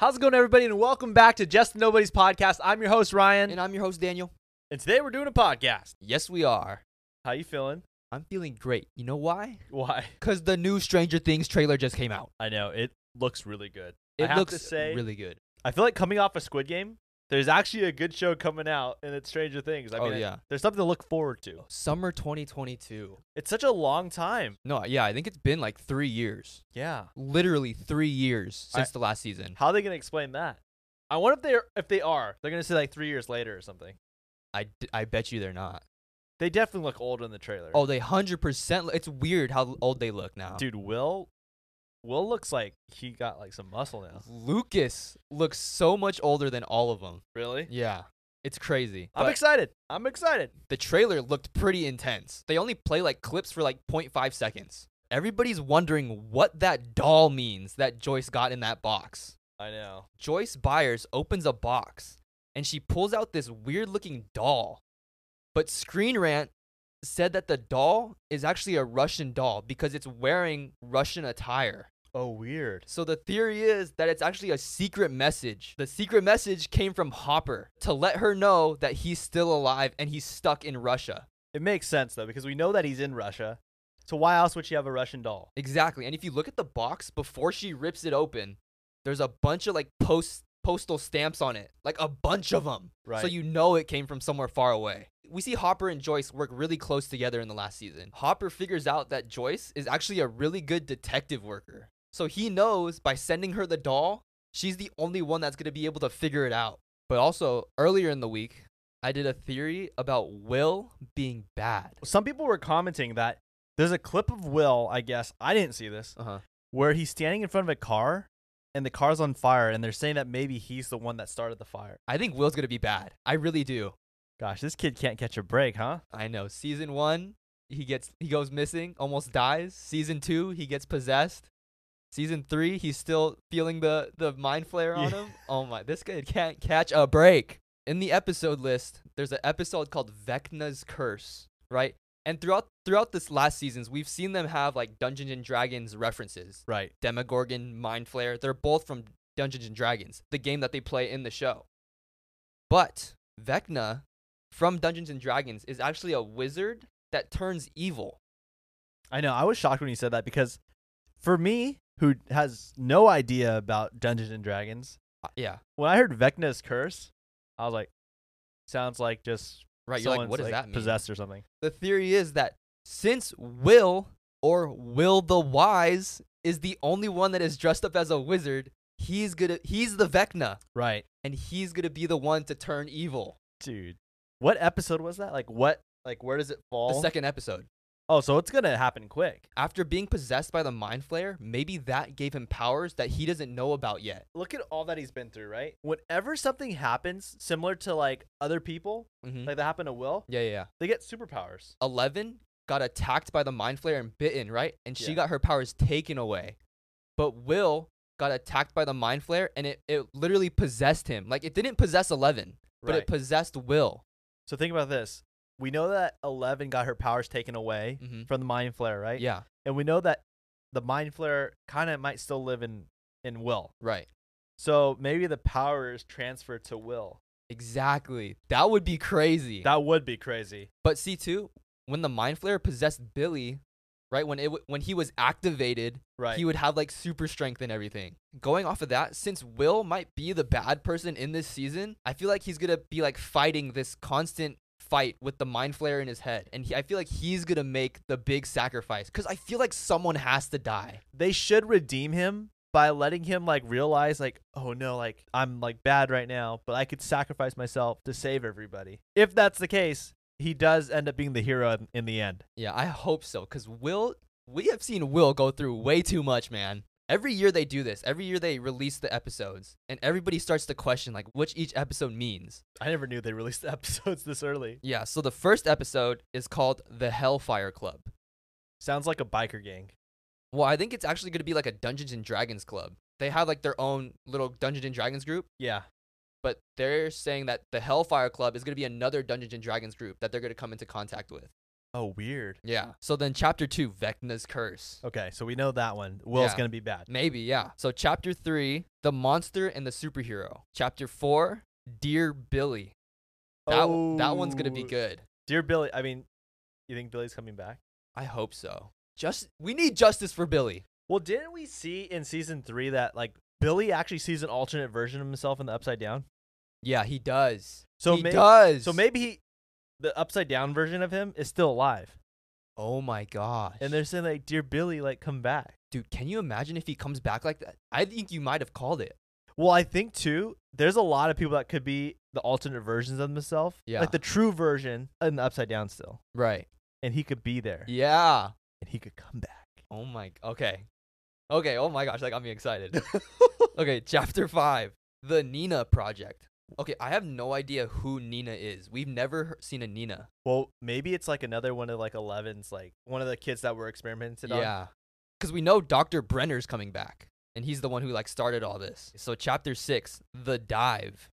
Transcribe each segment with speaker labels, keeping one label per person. Speaker 1: How's it going, everybody? And welcome back to Just Nobody's podcast. I'm your host Ryan,
Speaker 2: And I'm your host, Daniel.
Speaker 1: and today we're doing a podcast.
Speaker 2: Yes, we are.
Speaker 1: How you feeling?
Speaker 2: I'm feeling great. You know why?
Speaker 1: Why?
Speaker 2: Because the new Stranger Things trailer just came out.
Speaker 1: I know it looks really good. I
Speaker 2: It
Speaker 1: have
Speaker 2: looks
Speaker 1: to say,
Speaker 2: really good.
Speaker 1: I feel like coming off a Squid Game, there's actually a good show coming out, and it's Stranger Things. I
Speaker 2: oh,
Speaker 1: mean,
Speaker 2: yeah.
Speaker 1: there's something to look forward to.
Speaker 2: Summer 2022.
Speaker 1: It's such a long time.
Speaker 2: No, yeah, I think it's been like three years.
Speaker 1: Yeah.
Speaker 2: Literally three years
Speaker 1: I-
Speaker 2: since the last season.
Speaker 1: How are they gonna explain that? I wonder if they're if they are, they're gonna say like three years later or something.
Speaker 2: I, d- I bet you they're not.
Speaker 1: They definitely look old in the trailer.
Speaker 2: Oh, they 100%. lo- It's weird how old they look now.
Speaker 1: dude, Will, Will looks like he got like some muscle now.
Speaker 2: Lucas looks so much older than all of them.
Speaker 1: Really?
Speaker 2: Yeah. It's crazy.
Speaker 1: I'm
Speaker 2: But-
Speaker 1: excited. I'm excited.
Speaker 2: the trailer looked pretty intense. They only play like clips for like 0.5 seconds. Everybody's wondering what that doll means that Joyce got in that box.
Speaker 1: I know.
Speaker 2: Joyce Byers opens a box and she pulls out this weird looking doll. But Screen Rant said that the doll is actually a Russian doll because it's wearing Russian attire.
Speaker 1: Oh, weird.
Speaker 2: So the theory is that it's actually a secret message. The secret message came from Hopper to let her know that he's still alive and he's stuck in Russia.
Speaker 1: It makes sense though because we know that he's in Russia. So why else would she have a Russian doll?
Speaker 2: Exactly. And if you look at the box before she rips it open, there's a bunch of like post postal stamps on it, like a bunch of them. So
Speaker 1: Right.
Speaker 2: you know it came from somewhere far away. We see Hopper and Joyce work really close together in the last season. Hopper figures out that Joyce is actually a really good detective worker. So he knows by sending her the doll, she's the only one that's going to be able to figure it out. But also, earlier in the week, I did a theory about Will being bad.
Speaker 1: Some people were commenting that there's a clip of Will, I guess. I didn't see this.
Speaker 2: Uh-huh.
Speaker 1: Where he's standing in front of a car and the car's on fire and they're saying that maybe he's the one that started the fire.
Speaker 2: I think Will's going to be bad. I really do.
Speaker 1: Gosh, this kid can't catch a break, huh?
Speaker 2: I know. Season one, he gets he goes missing, almost dies. Season two, he gets possessed. Season three, he's still feeling the the mind flare on
Speaker 1: Yeah.
Speaker 2: him. Oh my, this kid can't catch a break. In the episode list, there's an episode called Vecna's Curse, right? And throughout throughout this last seasons, we've seen them have like Dungeons and Dragons references.
Speaker 1: Right.
Speaker 2: Demogorgon, Mind Flayer, they're both from Dungeons and Dragons, the game that they play in the show. But Vecna from Dungeons and Dragons is actually a wizard that turns evil.
Speaker 1: I know. I was shocked when he said that because for me, who has no idea about Dungeons and Dragons,
Speaker 2: Uh, Yeah.
Speaker 1: when I heard Vecna's curse, I was like, sounds like just
Speaker 2: Right. You're like,
Speaker 1: someone's,
Speaker 2: what does
Speaker 1: like,
Speaker 2: that mean?
Speaker 1: Possessed or something.
Speaker 2: The theory is that since Will or Will the Wise is the only one that is dressed up as a wizard, he's gonna he's the Vecna
Speaker 1: Right.
Speaker 2: and he's gonna be the one to turn evil.
Speaker 1: dude what episode was that like what like where does it fall
Speaker 2: The second episode.
Speaker 1: oh so it's gonna happen quick
Speaker 2: After being possessed by the mind flayer, maybe that gave him powers that he doesn't know about yet.
Speaker 1: look at all that he's been through right whenever something happens similar to like other people
Speaker 2: Mm-hmm.
Speaker 1: like that happened to will
Speaker 2: yeah, yeah, yeah.
Speaker 1: they get superpowers
Speaker 2: Eleven got attacked by the mind flayer and bitten, right? And she
Speaker 1: Yeah.
Speaker 2: got her powers taken away. But Will got attacked by the mind flayer and it, it literally possessed him. Like it didn't possess Eleven, but
Speaker 1: right
Speaker 2: it possessed Will.
Speaker 1: so think about this we know that 11 got her powers taken away
Speaker 2: Mm-hmm.
Speaker 1: from the mind flare right
Speaker 2: Yeah,
Speaker 1: and we know that the mind flare kind of might still live in in will
Speaker 2: right.
Speaker 1: so maybe the power is transferred to will
Speaker 2: Exactly. That would be crazy.
Speaker 1: that would be crazy
Speaker 2: But see too, when the mind flayer possessed Billy, right when it w- when he was activated,
Speaker 1: right
Speaker 2: he would have like super strength and everything. Going off of that, since Will might be the bad person in this season, I feel like he's gonna be like fighting this constant fight with the mind flare in his head, and he, I feel like he's gonna make the big sacrifice because I feel like someone has to die.
Speaker 1: they should redeem him by letting him like realize like oh no like i'm like bad right now but i could sacrifice myself to save everybody if that's the case he does end up being the hero in- in the end
Speaker 2: Yeah, I hope so because Will, we have seen Will go through way too much, man. Every year they do this. Every year they release the episodes, and everybody starts to question like which each episode means.
Speaker 1: i never knew they released the episodes this early
Speaker 2: Yeah, so the first episode is called the Hellfire Club.
Speaker 1: sounds like a biker gang
Speaker 2: Well, I think it's actually going to be like a Dungeons and Dragons club. They have like their own little Dungeons and Dragons group,
Speaker 1: yeah
Speaker 2: but they're saying that the Hellfire Club is going to be another Dungeons and Dragons group that they're going to come into contact with.
Speaker 1: Oh, weird.
Speaker 2: Yeah. So then chapter two, Vecna's curse.
Speaker 1: Okay, so we know that one. Will's
Speaker 2: Yeah.
Speaker 1: gonna be bad.
Speaker 2: Maybe, yeah. So chapter three, the monster and the superhero. Chapter four, Dear Billy. That w- that one's gonna be
Speaker 1: Oh.
Speaker 2: good.
Speaker 1: Dear Billy, I mean, you think Billy's coming back?
Speaker 2: I hope so. Just we need justice for Billy.
Speaker 1: Well, didn't we see in season three that like Billy actually sees an alternate version of himself in the Upside Down?
Speaker 2: Yeah, he does.
Speaker 1: So
Speaker 2: he
Speaker 1: may-
Speaker 2: does.
Speaker 1: So maybe he, the Upside Down version of him is still alive,
Speaker 2: Oh my gosh.
Speaker 1: and they're saying like, "Dear Billy, like come back."
Speaker 2: dude, can you imagine if he comes back like that? I think you might have called it.
Speaker 1: Well, I think too, there's a lot of people that could be the alternate versions of themselves.
Speaker 2: Yeah.
Speaker 1: Like the true version in the upside down still.
Speaker 2: Right.
Speaker 1: And he could be there.
Speaker 2: Yeah.
Speaker 1: And he could come back.
Speaker 2: Oh my. Okay. Okay. Oh my gosh, that got me excited. okay, chapter five, the Nina Project. Okay, I have no idea who Nina is. We've never he- seen a Nina.
Speaker 1: Well, maybe it's like another one of like Eleven's like one of the kids that were experimented on.
Speaker 2: Yeah. Because we know Dr. Brenner's coming back, and he's the one who like started all this. So chapter six, the dive.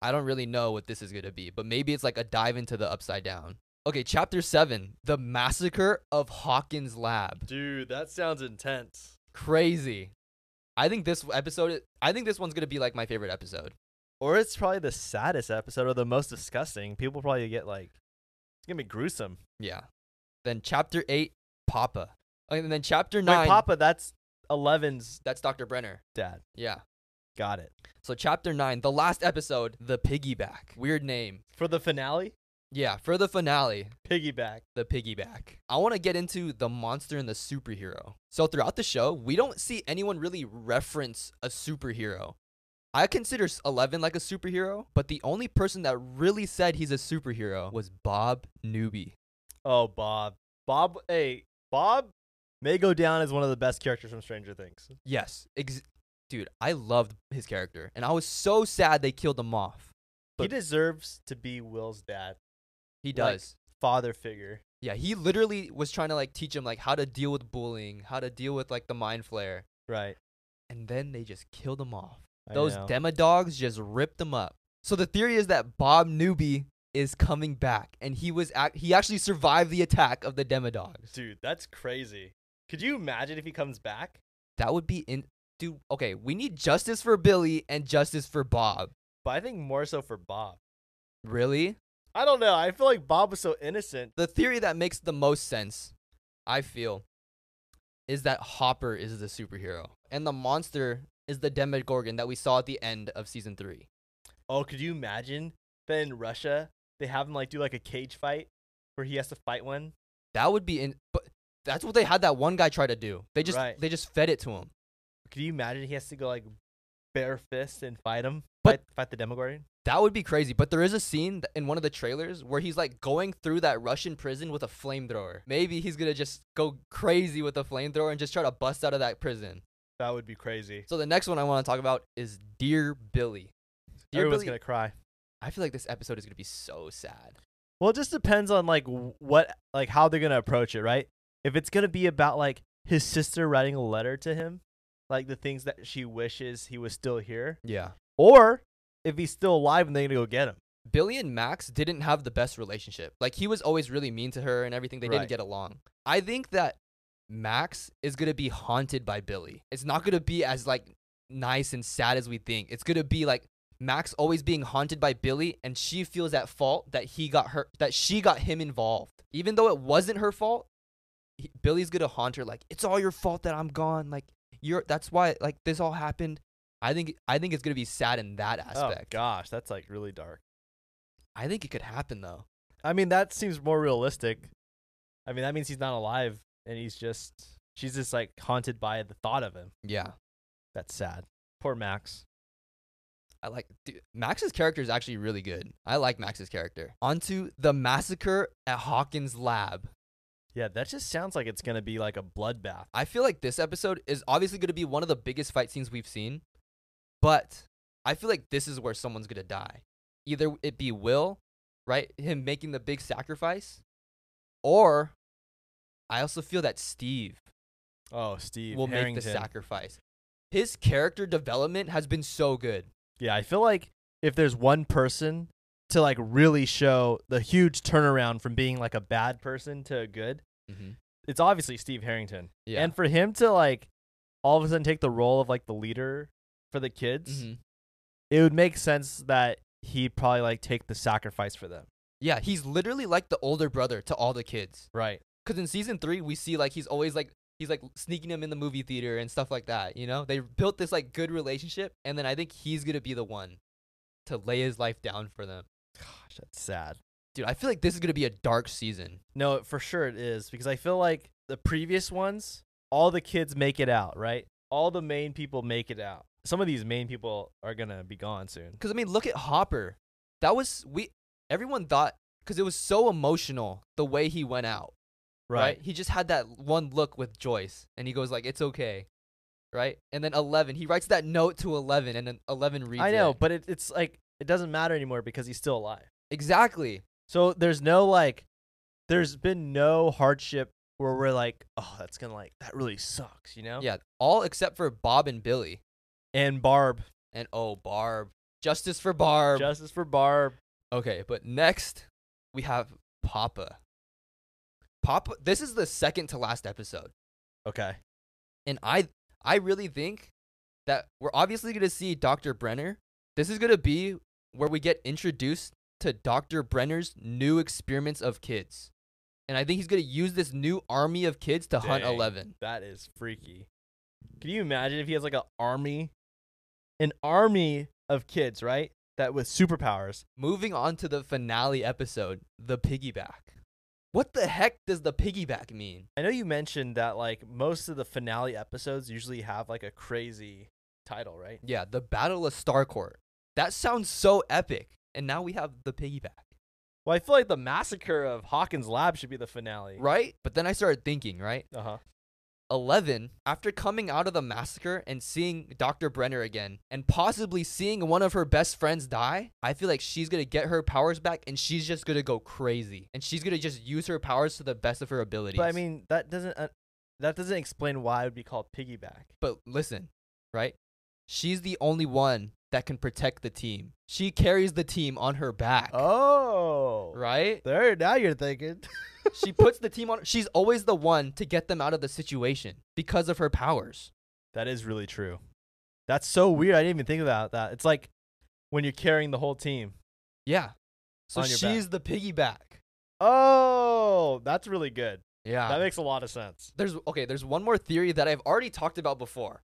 Speaker 2: I don't really know what this is gonna be, but maybe it's like a dive into the upside down. Okay, chapter seven, the massacre of Hawkins Lab.
Speaker 1: Dude, that sounds intense.
Speaker 2: Crazy. I think this episode. I think this one's gonna be like my favorite episode.
Speaker 1: Or it's probably the saddest episode or the most disgusting. People probably get like it's gonna be gruesome.
Speaker 2: Yeah. Then chapter eight, Papa. And then chapter
Speaker 1: Wait,
Speaker 2: nine,
Speaker 1: Papa, that's Eleven's
Speaker 2: that's Dr. Brenner.
Speaker 1: dad.
Speaker 2: Yeah.
Speaker 1: Got it.
Speaker 2: So chapter nine, the last episode, the piggyback. Weird name.
Speaker 1: For the finale,
Speaker 2: Yeah, for the finale,
Speaker 1: piggyback.
Speaker 2: the piggyback. I want to get into the monster and the superhero. So throughout the show, we don't see anyone really reference a superhero. I consider s- Eleven like a superhero, but the only person that really said he's a superhero was Bob Newby.
Speaker 1: Oh, Bob. Bob, hey, Bob may go down as one of the best characters from Stranger Things.
Speaker 2: Yes, ex- dude, I loved his character, and I was so sad they killed him off.
Speaker 1: he
Speaker 2: But-
Speaker 1: deserves to be Will's dad,
Speaker 2: He
Speaker 1: Like-
Speaker 2: does.
Speaker 1: father figure.
Speaker 2: yeah, he literally was trying to like teach him like how to deal with bullying, how to deal with like the mind flare,
Speaker 1: Right.
Speaker 2: and then they just killed him off.
Speaker 1: I
Speaker 2: Those
Speaker 1: know.
Speaker 2: demodogs just ripped them up. So the theory is that Bob Newby is coming back, and he was ac- he actually survived the attack of the demodogs.
Speaker 1: Dude, that's crazy. Could you imagine if he comes back?
Speaker 2: That would be in. Dude, okay, we need justice for Billy and justice for Bob.
Speaker 1: But I think more so for Bob.
Speaker 2: Really?
Speaker 1: I don't know. I feel like Bob was so innocent.
Speaker 2: The theory that makes the most sense, I feel, is that Hopper is the superhero and the monster is the Demogorgon that we saw at the end of season three.
Speaker 1: Oh, could you imagine that in Russia they have him like do like a cage fight where he has to fight one?
Speaker 2: That would be in. But that's what they had that one guy try to do. They just
Speaker 1: Right.
Speaker 2: they just fed it to him.
Speaker 1: Could you imagine he has to go like bare fist and fight him?
Speaker 2: But-
Speaker 1: fight, fight the Demogorgon?
Speaker 2: That would be crazy. But there is a scene th- in one of the trailers where he's like going through that Russian prison with a flamethrower. Maybe he's gonna just go crazy with a flamethrower and just try to bust out of that prison.
Speaker 1: That would be crazy.
Speaker 2: So the next one I want to talk about is Dear Billy. Dear
Speaker 1: Everyone's
Speaker 2: Billy,
Speaker 1: gonna cry.
Speaker 2: I feel like this episode is gonna be so sad.
Speaker 1: Well, it just depends on like w- what, like how they're gonna approach it, right? If it's gonna be about like his sister writing a letter to him, like the things that she wishes he was still here,
Speaker 2: Yeah.
Speaker 1: or if he's still alive and they're gonna go get him.
Speaker 2: Billy and Max didn't have the best relationship. Like he was always really mean to her and everything. They
Speaker 1: Right.
Speaker 2: didn't get along. I think that Max is gonna be haunted by Billy. It's not gonna be as like nice and sad as we think. It's gonna be like Max always being haunted by Billy and she feels at fault that he got her that she got him involved. Even though it wasn't her fault, he- Billy's gonna haunt her like it's all your fault that I'm gone. Like you're that's why like this all happened. I think I think it's gonna be sad in that
Speaker 1: Oh
Speaker 2: aspect.
Speaker 1: gosh, that's like really dark.
Speaker 2: I think it could happen though.
Speaker 1: I mean, that seems more realistic. I mean, that means he's not alive and he's just she's just like haunted by the thought of him.
Speaker 2: Yeah.
Speaker 1: That's sad. Poor Max.
Speaker 2: I like dude, Max's character is actually really good. I like Max's character. Onto the massacre at Hawkins Lab.
Speaker 1: Yeah, that just sounds like it's gonna be like a bloodbath.
Speaker 2: I feel like this episode is obviously going to be one of the biggest fight scenes we've seen, but I feel like this is where someone's going to die. Either it be Will, right? Him making the big sacrifice, or I also feel that Steve
Speaker 1: Oh, Steve
Speaker 2: will make the
Speaker 1: Harrington.
Speaker 2: sacrifice. His character development has been so good.
Speaker 1: Yeah, I feel like if there's one person to like really show the huge turnaround from being like a bad person to a good,
Speaker 2: Mhm.
Speaker 1: it's obviously Steve Harrington.
Speaker 2: Yeah.
Speaker 1: Mm-hmm. And for him to like all of a sudden take the role of like the leader for the kids,
Speaker 2: Mhm.
Speaker 1: it would make sense that he'd probably like take the sacrifice for them.
Speaker 2: Yeah, he's literally like the older brother to all the kids.
Speaker 1: Right.
Speaker 2: Cause in season three, we see like he's always like he's like sneaking him in the movie theater and stuff like that. You know, they built this like good relationship, and then I think he's gonna be the one to lay his life down for them.
Speaker 1: Gosh, that's sad.
Speaker 2: Dude, I feel like this is gonna be a dark season.
Speaker 1: No, for sure it is because I feel like the previous ones, all the kids make it out, right? All the main people make it out. Some of these main people are gonna be gone soon.
Speaker 2: Cause I mean, look at Hopper. That was we everyone thought because it was so emotional the way he went out. right? He just had that one look with Joyce, and he goes like, "It's okay," right? And then Eleven, he writes that note to Eleven, and then Eleven reads.
Speaker 1: I know,
Speaker 2: it.
Speaker 1: but it, it's like it doesn't matter anymore because he's still alive.
Speaker 2: exactly.
Speaker 1: So there's no like, there's been no hardship where we're like, oh, that's gonna like that really sucks, you know?
Speaker 2: Yeah, all except for Bob and Billy,
Speaker 1: And Barb,
Speaker 2: and oh, Barb, justice for Barb.
Speaker 1: justice for Barb.
Speaker 2: okay, but next we have Papa. Papa, this is the second to last episode,
Speaker 1: Okay.
Speaker 2: and I, I really think that we're obviously gonna see Doctor Brenner. This is gonna be where we get introduced to Dr. Brenner's new experiments of kids. And I think he's going to use this new army of kids to hunt
Speaker 1: Dang.
Speaker 2: 11.
Speaker 1: That is freaky. Can you imagine if he has like an army, an army of kids, right? That with superpowers.
Speaker 2: Moving on to the finale episode, the piggyback. What the heck does the piggyback mean?
Speaker 1: I know you mentioned that like most of the finale episodes usually have like a crazy title, right?
Speaker 2: Yeah, the Battle of Starcourt. That sounds so epic. And now we have the piggyback,
Speaker 1: Well, I feel like the massacre of Hawkins Lab should be the finale.
Speaker 2: right? But then I started thinking, right?
Speaker 1: Uh huh.
Speaker 2: 11, after coming out of the massacre and seeing Dr. Brenner again, and possibly seeing one of her best friends die, I feel like she's gonna get her powers back and she's just gonna go crazy. And she's gonna just use her powers to the best of her abilities.
Speaker 1: But I mean, that doesn't uh, that doesn't explain why it would be called piggyback.
Speaker 2: but listen, right? She's the only one that can protect the team. She carries the team on her back,
Speaker 1: Oh,
Speaker 2: right?
Speaker 1: there. Now you're thinking.
Speaker 2: she puts the team on, she's always the one to get them out of the situation because of her powers.
Speaker 1: That is really true. That's so weird. I didn't even think about that. It's like when you're carrying the whole team.
Speaker 2: Yeah. So
Speaker 1: On your
Speaker 2: she's the piggyback.
Speaker 1: Oh, that's really good.
Speaker 2: Yeah.
Speaker 1: That makes a lot of sense.
Speaker 2: there's okay, there's one more theory that I've already talked about before.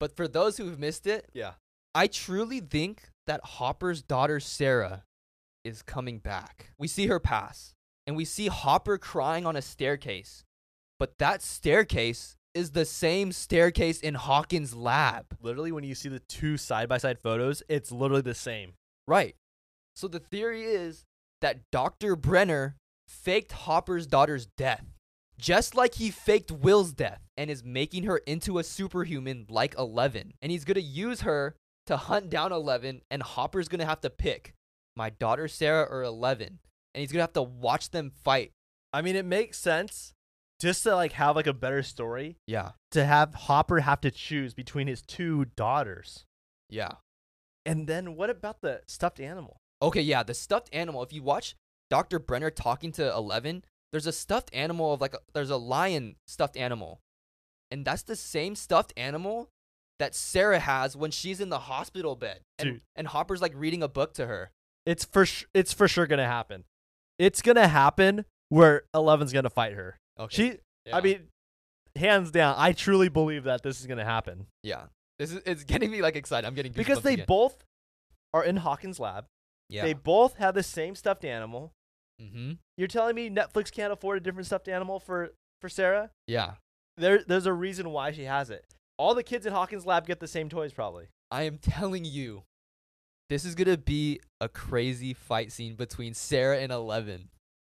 Speaker 2: But for those who've missed it,
Speaker 1: Yeah.
Speaker 2: I truly think that Hopper's daughter Sarah is coming back. We see her pass and we see Hopper crying on a staircase. But that staircase is the same staircase in Hawkins' lab.
Speaker 1: Literally, when you see the two side by side photos, it's literally the same.
Speaker 2: Right. So the theory is that Dr. Brenner faked Hopper's daughter's death, just like he faked Will's death, and is making her into a superhuman like Eleven. And he's going to use her to hunt down Eleven, and Hopper's going to have to pick my daughter Sarah or Eleven. And he's going to have to watch them fight.
Speaker 1: I mean, it makes sense just to like have like a better story
Speaker 2: Yeah.
Speaker 1: to have Hopper have to choose between his two daughters.
Speaker 2: Yeah.
Speaker 1: And then what about the stuffed animal?
Speaker 2: Okay, yeah, the stuffed animal. If you watch Dr. Brenner talking to Eleven, there's a stuffed animal of like a, there's a lion stuffed animal, and that's the same stuffed animal that Sarah has when she's in the hospital bed, and,
Speaker 1: Dude.
Speaker 2: and Hopper's like reading a book to her.
Speaker 1: It's for sh- it's for sure gonna happen. It's gonna happen where Eleven's gonna fight her.
Speaker 2: Okay,
Speaker 1: She, I mean, hands down, I truly believe that this is gonna happen
Speaker 2: yeah, this is it's getting me like excited. I'm getting
Speaker 1: because
Speaker 2: goosebumps
Speaker 1: they
Speaker 2: again.
Speaker 1: both are in Hawkins' lab.
Speaker 2: yeah,
Speaker 1: They both have the same stuffed animal.
Speaker 2: mm-hmm.
Speaker 1: You're telling me Netflix can't afford a different stuffed animal for for Sarah?
Speaker 2: yeah.
Speaker 1: There, there's a reason why she has it. All the kids in Hawkins' lab get the same toys, probably.
Speaker 2: I am telling you, this is gonna be a crazy fight scene between Sarah and Eleven.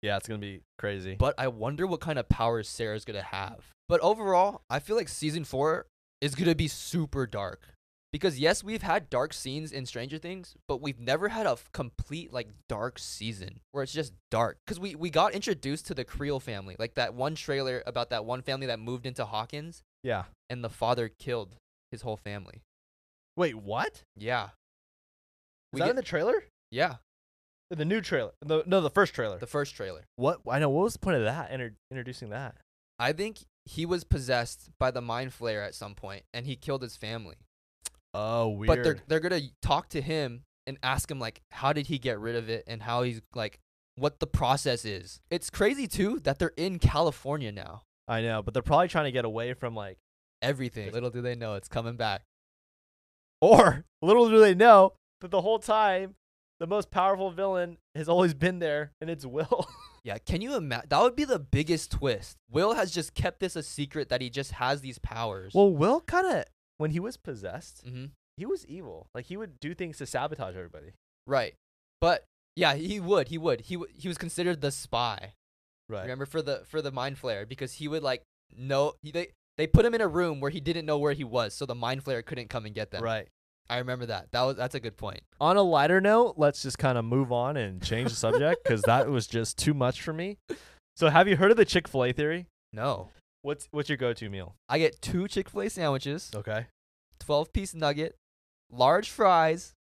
Speaker 1: Yeah, it's gonna be crazy.
Speaker 2: but I wonder what kind of powers Sarah's gonna have. But overall, I feel like season four is gonna be super dark. Because yes, we've had dark scenes in Stranger Things, but we've never had a f- complete like dark season where it's just dark. Because we, we got introduced to the Creel family, like that one trailer about that one family that moved into Hawkins
Speaker 1: yeah.
Speaker 2: and the father killed his whole family.
Speaker 1: Wait, what? Is
Speaker 2: Yeah.
Speaker 1: that in the trailer?
Speaker 2: yeah.
Speaker 1: The new trailer. The, no, the first trailer.
Speaker 2: The first trailer.
Speaker 1: what I know. What was the point of that? Inter- introducing that.
Speaker 2: I think he was possessed by the mind flayer at some point and he killed his family.
Speaker 1: Oh, weird.
Speaker 2: But they're they're gonna talk to him and ask him like how did he get rid of it and how he's like what the process is. It's crazy too that they're in California now.
Speaker 1: I know, but they're probably trying to get away from like.
Speaker 2: Everything. Little do they know it's coming back.
Speaker 1: Or little do they know that the whole time, the most powerful villain has always been there, and it's Will.
Speaker 2: Yeah, can you imagine? That would be the biggest twist. Will has just kept this a secret that he just has these powers.
Speaker 1: well, Will kind of when he was possessed,
Speaker 2: hmm
Speaker 1: he was evil. Like he would do things to sabotage everybody.
Speaker 2: right, but yeah, he would. He would. He w- he was considered the spy.
Speaker 1: Right.
Speaker 2: Remember for the for the mind flayer because he would like no he, they they put him in a room where he didn't know where he was, so the mind flayer couldn't come and get them.
Speaker 1: Right.
Speaker 2: I remember that. That was that's a good point.
Speaker 1: On a lighter note, let's just kind of move on and change the subject because that was just too much for me. So, have you heard of the Chick Fil A theory?
Speaker 2: No,
Speaker 1: What's what's your go-to meal?
Speaker 2: I get two Chick Fil A sandwiches,
Speaker 1: Okay.
Speaker 2: twelve piece nugget, large fries,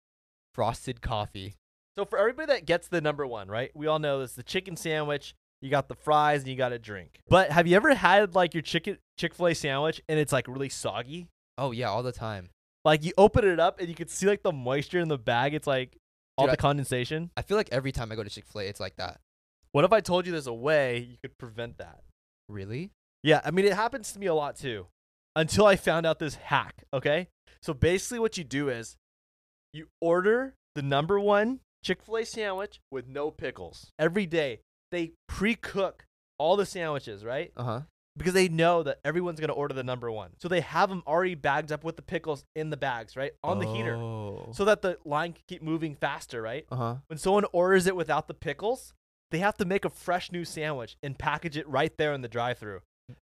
Speaker 2: frosted coffee.
Speaker 1: So for everybody that gets the number one, right? We all know this: the chicken sandwich. You got the fries and you got a drink. But have you ever had like your chicken Chick Fil A sandwich and it's like really soggy?
Speaker 2: Oh yeah, all the time.
Speaker 1: Like you open it up and you could see like the moisture in the bag. It's like all
Speaker 2: Dude,
Speaker 1: the
Speaker 2: I-
Speaker 1: condensation.
Speaker 2: I feel like every time I go to Chick Fil A, it's like that.
Speaker 1: What if I told you there's a way you could prevent that?
Speaker 2: Really?
Speaker 1: Yeah, I mean, it happens to me a lot too until I found out this hack. Okay. So basically, what you do is you order the number one Chick fil A sandwich with no pickles every day. They pre cook all the sandwiches, right?
Speaker 2: Uh huh.
Speaker 1: Because they know that everyone's going to order the number one. So they have them already bagged up with the pickles in the bags, right? On the heater.
Speaker 2: Oh.
Speaker 1: So Uh-huh. that the line can keep moving faster, right?
Speaker 2: Uh huh.
Speaker 1: When someone orders it without the pickles, they have to make a fresh new sandwich and package it right there in the drive-through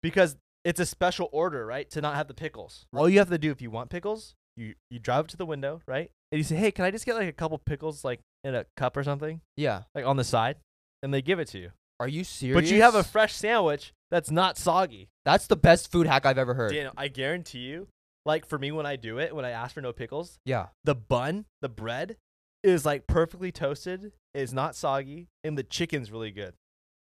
Speaker 1: because it's a special order, right? To not have the pickles. All you have to do if you want pickles, you you drive up to the window, right? And you say, "Hey, can I just get like a couple pickles like in a cup or something,
Speaker 2: Yeah.
Speaker 1: like on the side?" And they give it to you.
Speaker 2: Are you serious?
Speaker 1: But you have a fresh sandwich that's not soggy.
Speaker 2: that's the best food hack I've ever heard.
Speaker 1: Daniel, I guarantee you, like for me when I do it, when I ask for no pickles,
Speaker 2: Yeah.
Speaker 1: the bun, the bread is like perfectly toasted, is not soggy, and the chicken's really good.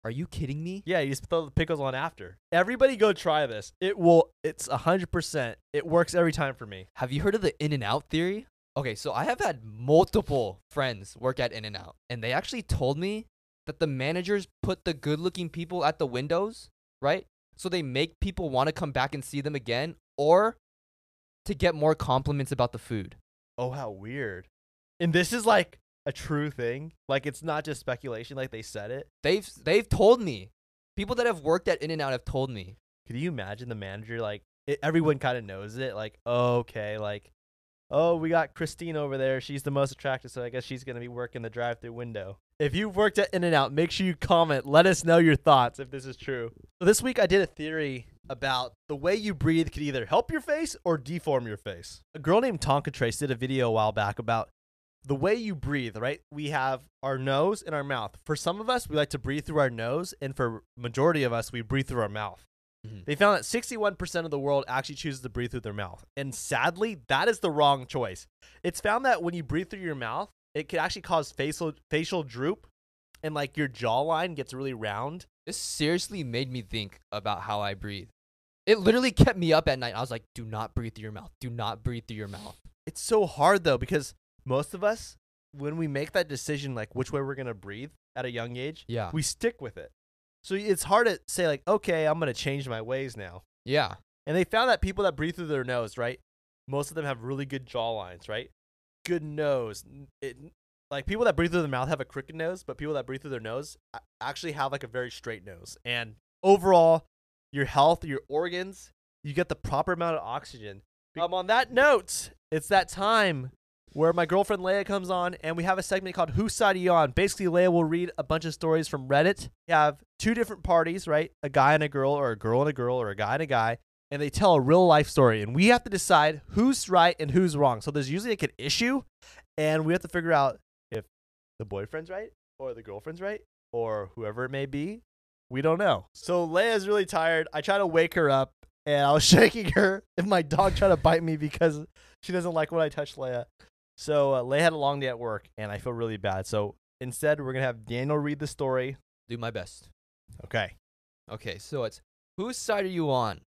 Speaker 2: Are you kidding me?
Speaker 1: Yeah, you just throw the pickles on after. Everybody go try this. It will it's 100%. It works every time for me.
Speaker 2: Have you heard of the In and Out theory? Okay, so I have had multiple friends work at In and Out, and they actually told me that the managers put the good looking people at the windows, right? So they make people want to come back and see them again or to get more compliments about the food.
Speaker 1: Oh, how weird. And this is like a true thing. Like it's not just speculation like they said it.
Speaker 2: They've they've told me. People that have worked at In and Out have told me.
Speaker 1: Could you imagine the manager like it, everyone kind of knows it like okay, like oh, we got Christine over there. She's the most attractive, so I guess she's going to be working the drive-through window. If you've worked at In and Out, make sure you comment. Let us know your thoughts if this is true. So this week I did a theory about the way you breathe could either help your face or deform your face. A girl named Tonka Trace did a video a while back about the way you breathe, right? We have our nose and our mouth. For some of us, we like to breathe through our nose, and for majority of us, we breathe through our mouth.
Speaker 2: Mhm.
Speaker 1: They found that 61% of the world actually chooses to breathe through their mouth. And sadly, that is the wrong choice. It's found that when you breathe through your mouth, it could actually cause facial facial droop and like your jawline gets really round.
Speaker 2: This seriously made me think about how I breathe. It literally kept me up at night. I was like, "Do not breathe through your mouth. Do not breathe through your mouth."
Speaker 1: It's so hard though because most of us when we make that decision like which way we're going to breathe at a young age,
Speaker 2: Yeah.
Speaker 1: we stick with it. So it's hard to say like, "Okay, I'm going to change my ways now."
Speaker 2: Yeah.
Speaker 1: And they found that people that breathe through their nose, right? Most of them have really good jaw lines, right? Good nose. N- It, like people that breathe through their mouth have a crooked nose, but people that breathe through their nose a- actually have like a very straight nose. And overall, your health, your organs, you get the proper amount of oxygen. Um, on that note, it's that time where my girlfriend Leia comes on, and we have a segment called Whose Side Are You On? Basically, Leia will read a bunch of stories from Reddit. We have two different parties, right? A guy and a girl, or a girl and a girl, or a guy and a guy, and they tell a real life story. And we have to decide who's right and who's wrong. So there's usually like an issue, and we have to figure out if the boyfriend's right, or the girlfriend's right, or whoever it may be. We don't know. So Leia's really tired. I try to wake her up, and I was shaking her, and my dog tried to bite me because she doesn't like when I touch Leia. So uh, Leia had a long day at work, and I feel really bad. So Instead, we're going to have Daniel read the story.
Speaker 2: Do my best.
Speaker 1: Okay.
Speaker 2: Okay, so it's whose side are you on?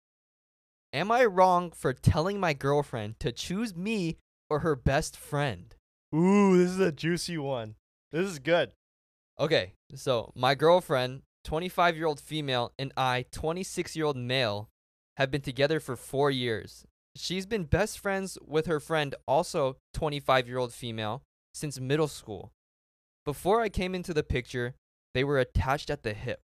Speaker 2: Am I wrong for telling my girlfriend to choose me or her best friend?
Speaker 1: Ooh, this is a juicy one. This is good.
Speaker 2: Okay, so my girlfriend, 25 year old female, and I, 26 year old male, have been together for four years. She's been best friends with her friend, also 25 year old female, since middle school. Before I came into the picture, they were attached at the hip.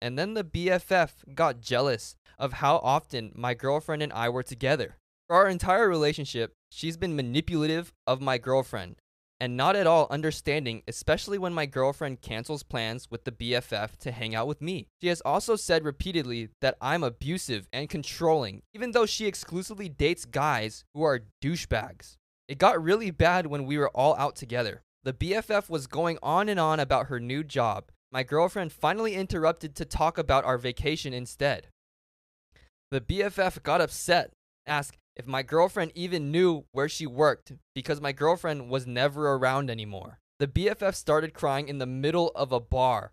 Speaker 2: And then the BFF got jealous of how often my girlfriend and I were together. For our entire relationship, she's been manipulative of my girlfriend and not at all understanding, especially when my girlfriend cancels plans with the BFF to hang out with me. She has also said repeatedly that I'm abusive and controlling, even though she exclusively dates guys who are douchebags. It got really bad when we were all out together. The BFF was going on and on about her new job. My girlfriend finally interrupted to talk about our vacation instead. The BFF got upset, asked if my girlfriend even knew where she worked because my girlfriend was never around anymore. The BFF started crying in the middle of a bar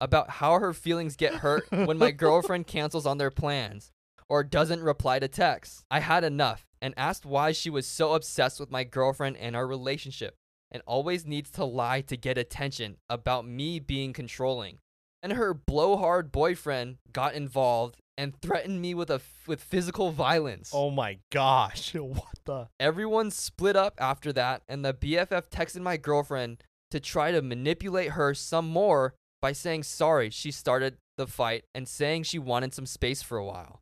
Speaker 2: about how her feelings get hurt when my girlfriend cancels on their plans or doesn't reply to texts. I had enough and asked why she was so obsessed with my girlfriend and our relationship and always needs to lie to get attention about me being controlling. And her blowhard boyfriend got involved and threatened me with a with physical violence.
Speaker 1: Oh my gosh. What the?
Speaker 2: Everyone split up after that, and the BFF texted my girlfriend to try to manipulate her some more by saying sorry she started the fight and saying she wanted some space for a while.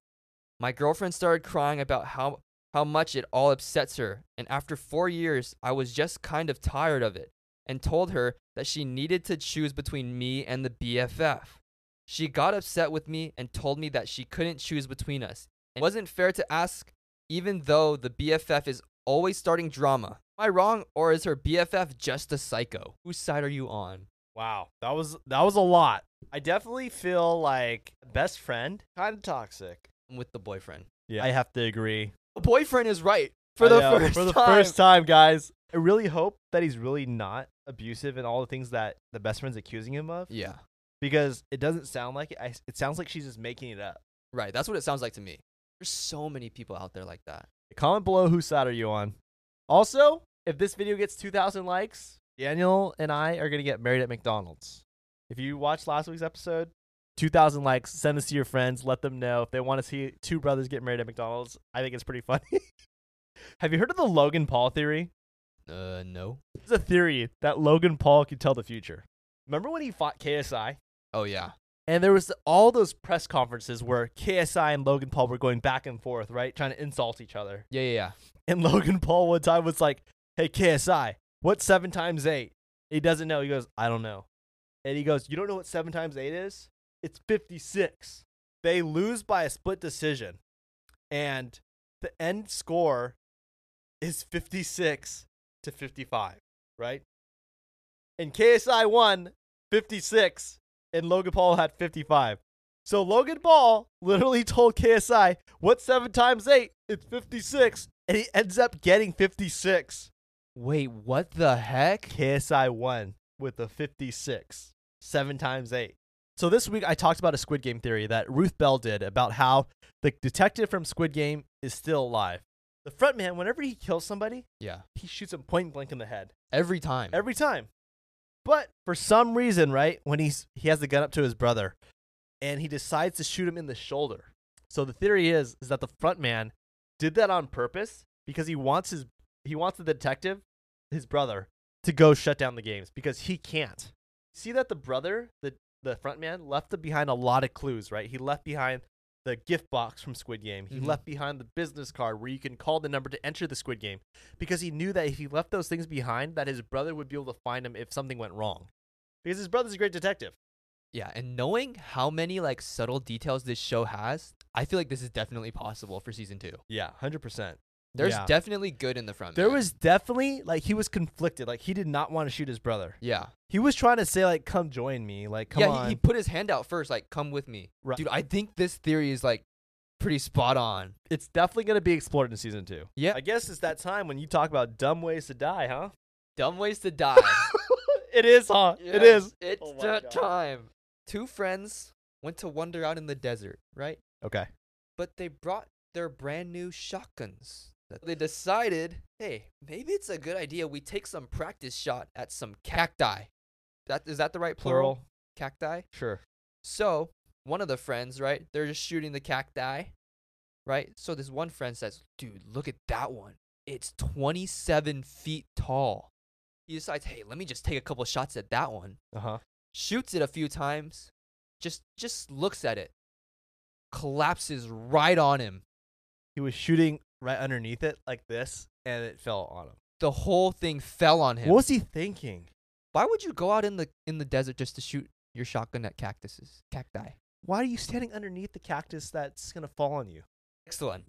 Speaker 2: My girlfriend started crying about how, how much it all upsets her, and after four years, I was just kind of tired of it and told her that she needed to choose between me and the BFF. She got upset with me and told me that she couldn't choose between us. It wasn't fair to ask even though the BFF is always starting drama. Am I wrong, or is her BFF just a psycho? Whose side are you on?
Speaker 1: Wow. That was that was a lot. I definitely feel like best friend kind of toxic.
Speaker 2: I'm with the boyfriend.
Speaker 1: Yeah. I have to agree.
Speaker 2: The boyfriend is right for the
Speaker 1: I know,
Speaker 2: first
Speaker 1: for the
Speaker 2: time.
Speaker 1: first time, guys. I really hope that he's really not abusive in all the things that the best friend's accusing him of
Speaker 2: Yeah,
Speaker 1: because it doesn't sound like it. I, it sounds like she's just making it up.
Speaker 2: right. That's what it sounds like to me. There's so many people out there like that.
Speaker 1: Comment below whose side are you on. Also, if this video gets 2,000 likes, Daniel and I are going to get married at McDonald's. If you watched last week's episode, 2,000 likes, send this to your friends, let them know. If they want to see two brothers get married at McDonald's, I think it's pretty funny. Have you heard of the Logan Paul theory?
Speaker 2: Uh, no.
Speaker 1: It's a theory that Logan Paul could tell the future. Remember when he fought KSI?
Speaker 2: Oh yeah.
Speaker 1: And there was all those press conferences where KSI and Logan Paul were going back and forth, right? Trying to insult each other.
Speaker 2: Yeah, yeah, yeah.
Speaker 1: And Logan Paul one time was like, Hey KSI, what's seven times eight? He doesn't know. He goes, I don't know. And he goes, You don't know what seven times eight is? It's fifty six. They lose by a split decision. And the end score is fifty six to fifty five, right? And KSI won fifty six and Logan Paul had fifty five. So Logan Paul literally told KSI, "What's seven times eight? It's fifty-six, and he ends up getting fifty-six.
Speaker 2: Wait, what the heck?
Speaker 1: KSI won with a fifty-six, seven times eight. So this week I talked about a Squid Game theory that Ruth Bell did about how the detective from Squid Game is still alive. The front man, whenever he kills somebody,
Speaker 2: Yeah.
Speaker 1: he shoots him point blank in the head
Speaker 2: Every time.
Speaker 1: every time. But for some reason, right when he's he has the gun up to his brother, and he decides to shoot him in the shoulder. So the theory is is that the front man did that on purpose because he wants his he wants the detective, his brother, to go shut down the games because he can't. See that the brother, the the front man, left behind a lot of clues, right? He left behind the gift box from Squid Game. He
Speaker 2: Mhm.
Speaker 1: left behind the business card where you can call the number to enter the Squid Game because he knew that if he left those things behind, that his brother would be able to find him if something went wrong. Because his brother's a great detective.
Speaker 2: yeah, and knowing how many like subtle details this show has, I feel like this is definitely possible for season two.
Speaker 1: Yeah, hundred percent.
Speaker 2: There's
Speaker 1: Yeah.
Speaker 2: definitely good in the front.
Speaker 1: There
Speaker 2: man.
Speaker 1: was definitely like he was conflicted. Like he did not want to shoot his brother.
Speaker 2: Yeah.
Speaker 1: He was trying to say like, "Come join me." Like, come
Speaker 2: yeah,
Speaker 1: on.
Speaker 2: He, he put his hand out first, like, come with me.
Speaker 1: Right.
Speaker 2: Dude, I think this theory is like pretty spot on.
Speaker 1: it's definitely going to be explored in season two.
Speaker 2: Yeah.
Speaker 1: I guess it's that time when you talk about dumb ways to die, huh?
Speaker 2: Dumb ways to die.
Speaker 1: It is, huh? It
Speaker 2: Yes,
Speaker 1: is.
Speaker 2: It's
Speaker 3: Oh my
Speaker 2: the
Speaker 3: God.
Speaker 2: time. Two friends went to wander out in the desert, right?
Speaker 1: Okay.
Speaker 2: But they brought their brand new shotguns. that They decided, hey, maybe it's a good idea we take some practice shot at some cacti. That is that the right plural?
Speaker 1: Plural.
Speaker 2: Cacti?
Speaker 1: Sure.
Speaker 2: So one of the friends, right? They're just shooting the cacti, right? So this one friend says, "Dude, look at that one. It's 27 feet tall." He decides, "Hey, let me just take a couple shots at that one."
Speaker 1: Uh huh.
Speaker 2: Shoots it a few times, just just looks at it, collapses right on him.
Speaker 1: He was shooting right underneath it like this, and it fell on him.
Speaker 2: The whole thing fell on him.
Speaker 1: What was he thinking?
Speaker 2: Why would you go out in the in the desert just to shoot your shotgun at cactuses, cacti?
Speaker 1: Why are you standing underneath the cactus that's gonna fall on you?
Speaker 2: Excellent.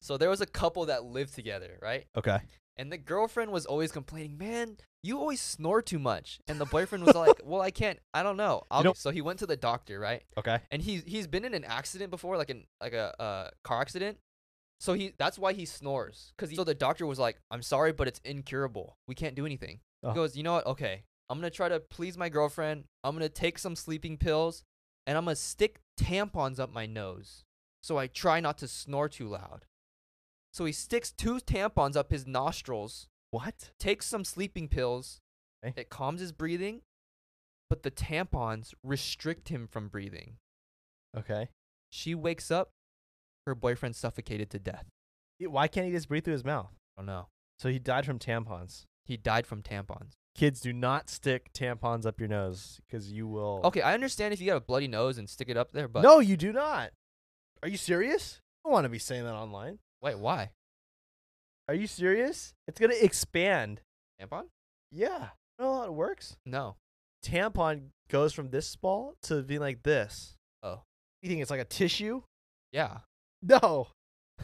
Speaker 2: So there was a couple that lived together, right?
Speaker 1: Okay.
Speaker 2: And the girlfriend was always complaining, "Man, you always snore too much." And the boyfriend was like, "Well, I can't. I don't know." I'll
Speaker 1: don't-
Speaker 2: So he went to the doctor, right?
Speaker 1: Okay.
Speaker 2: And he's he's been in an accident before, like an like a uh, car accident. So he that's why he snores. Cause he, so the doctor was like, "I'm sorry, but it's incurable. We can't do anything."
Speaker 1: Oh.
Speaker 2: He goes, "You know what? Okay, I'm gonna try to please my girlfriend. I'm gonna take some sleeping pills, and I'm gonna stick tampons up my nose so I try not to snore too loud." So he sticks two tampons up his nostrils
Speaker 1: What?
Speaker 2: takes some sleeping pills.
Speaker 1: Okay.
Speaker 2: It calms his breathing, but the tampons restrict him from breathing.
Speaker 1: Okay.
Speaker 2: She wakes up, her boyfriend suffocated to death.
Speaker 1: Yeah, Why can't he just breathe through his mouth?
Speaker 2: Oh no.
Speaker 1: So he died from tampons.
Speaker 2: He died from tampons.
Speaker 1: Kids, do not stick tampons up your nose because you will.
Speaker 2: Okay, I understand if you got a bloody nose and stick it up there, but
Speaker 1: Oh. no, you do not. Are you serious? I don't want to be saying that online.
Speaker 2: wait, why?
Speaker 1: Are you serious? It's gonna expand.
Speaker 2: Tampon?
Speaker 1: Yeah. You know how it works?
Speaker 2: No.
Speaker 1: Tampon goes from this ball to being like this.
Speaker 2: Oh.
Speaker 1: You think it's like a tissue?
Speaker 2: Yeah.
Speaker 1: No.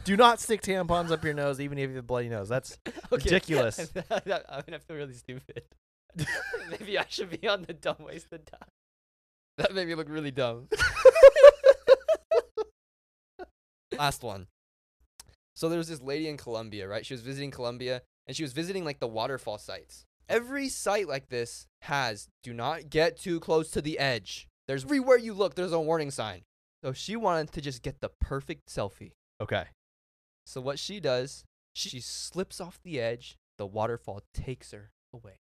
Speaker 1: Do not stick tampons up your nose, even if you have a bloody nose. That's Ridiculous.
Speaker 2: I'm gonna feel really stupid. Maybe I should be on the dumb wasted time. That made me look really dumb. Last one. So there was this lady in Colombia, right? She was visiting Colombia and she was visiting like the waterfall sites. Every site like this has do not get too close to the edge. There's everywhere you look, there's a warning sign. So she wanted to just get the perfect selfie.
Speaker 1: okay.
Speaker 2: So what she does, she slips off the edge. The waterfall takes her away.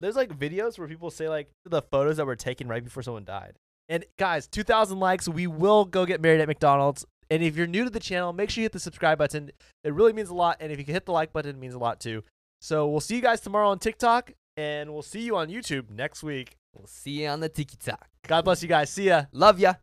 Speaker 1: There's like videos where people say like the photos that were taken right before someone died. And guys, 2,000 likes, we will go get married at McDonald's. And if you're new to the channel, make sure you hit the subscribe button. It really means a lot. And if you can hit the like button, it means a lot too. So we'll see you guys tomorrow on TikTok, and we'll see you on YouTube next week.
Speaker 2: We'll see you on the tiki talk.
Speaker 1: God bless you guys. See ya.
Speaker 2: Love ya.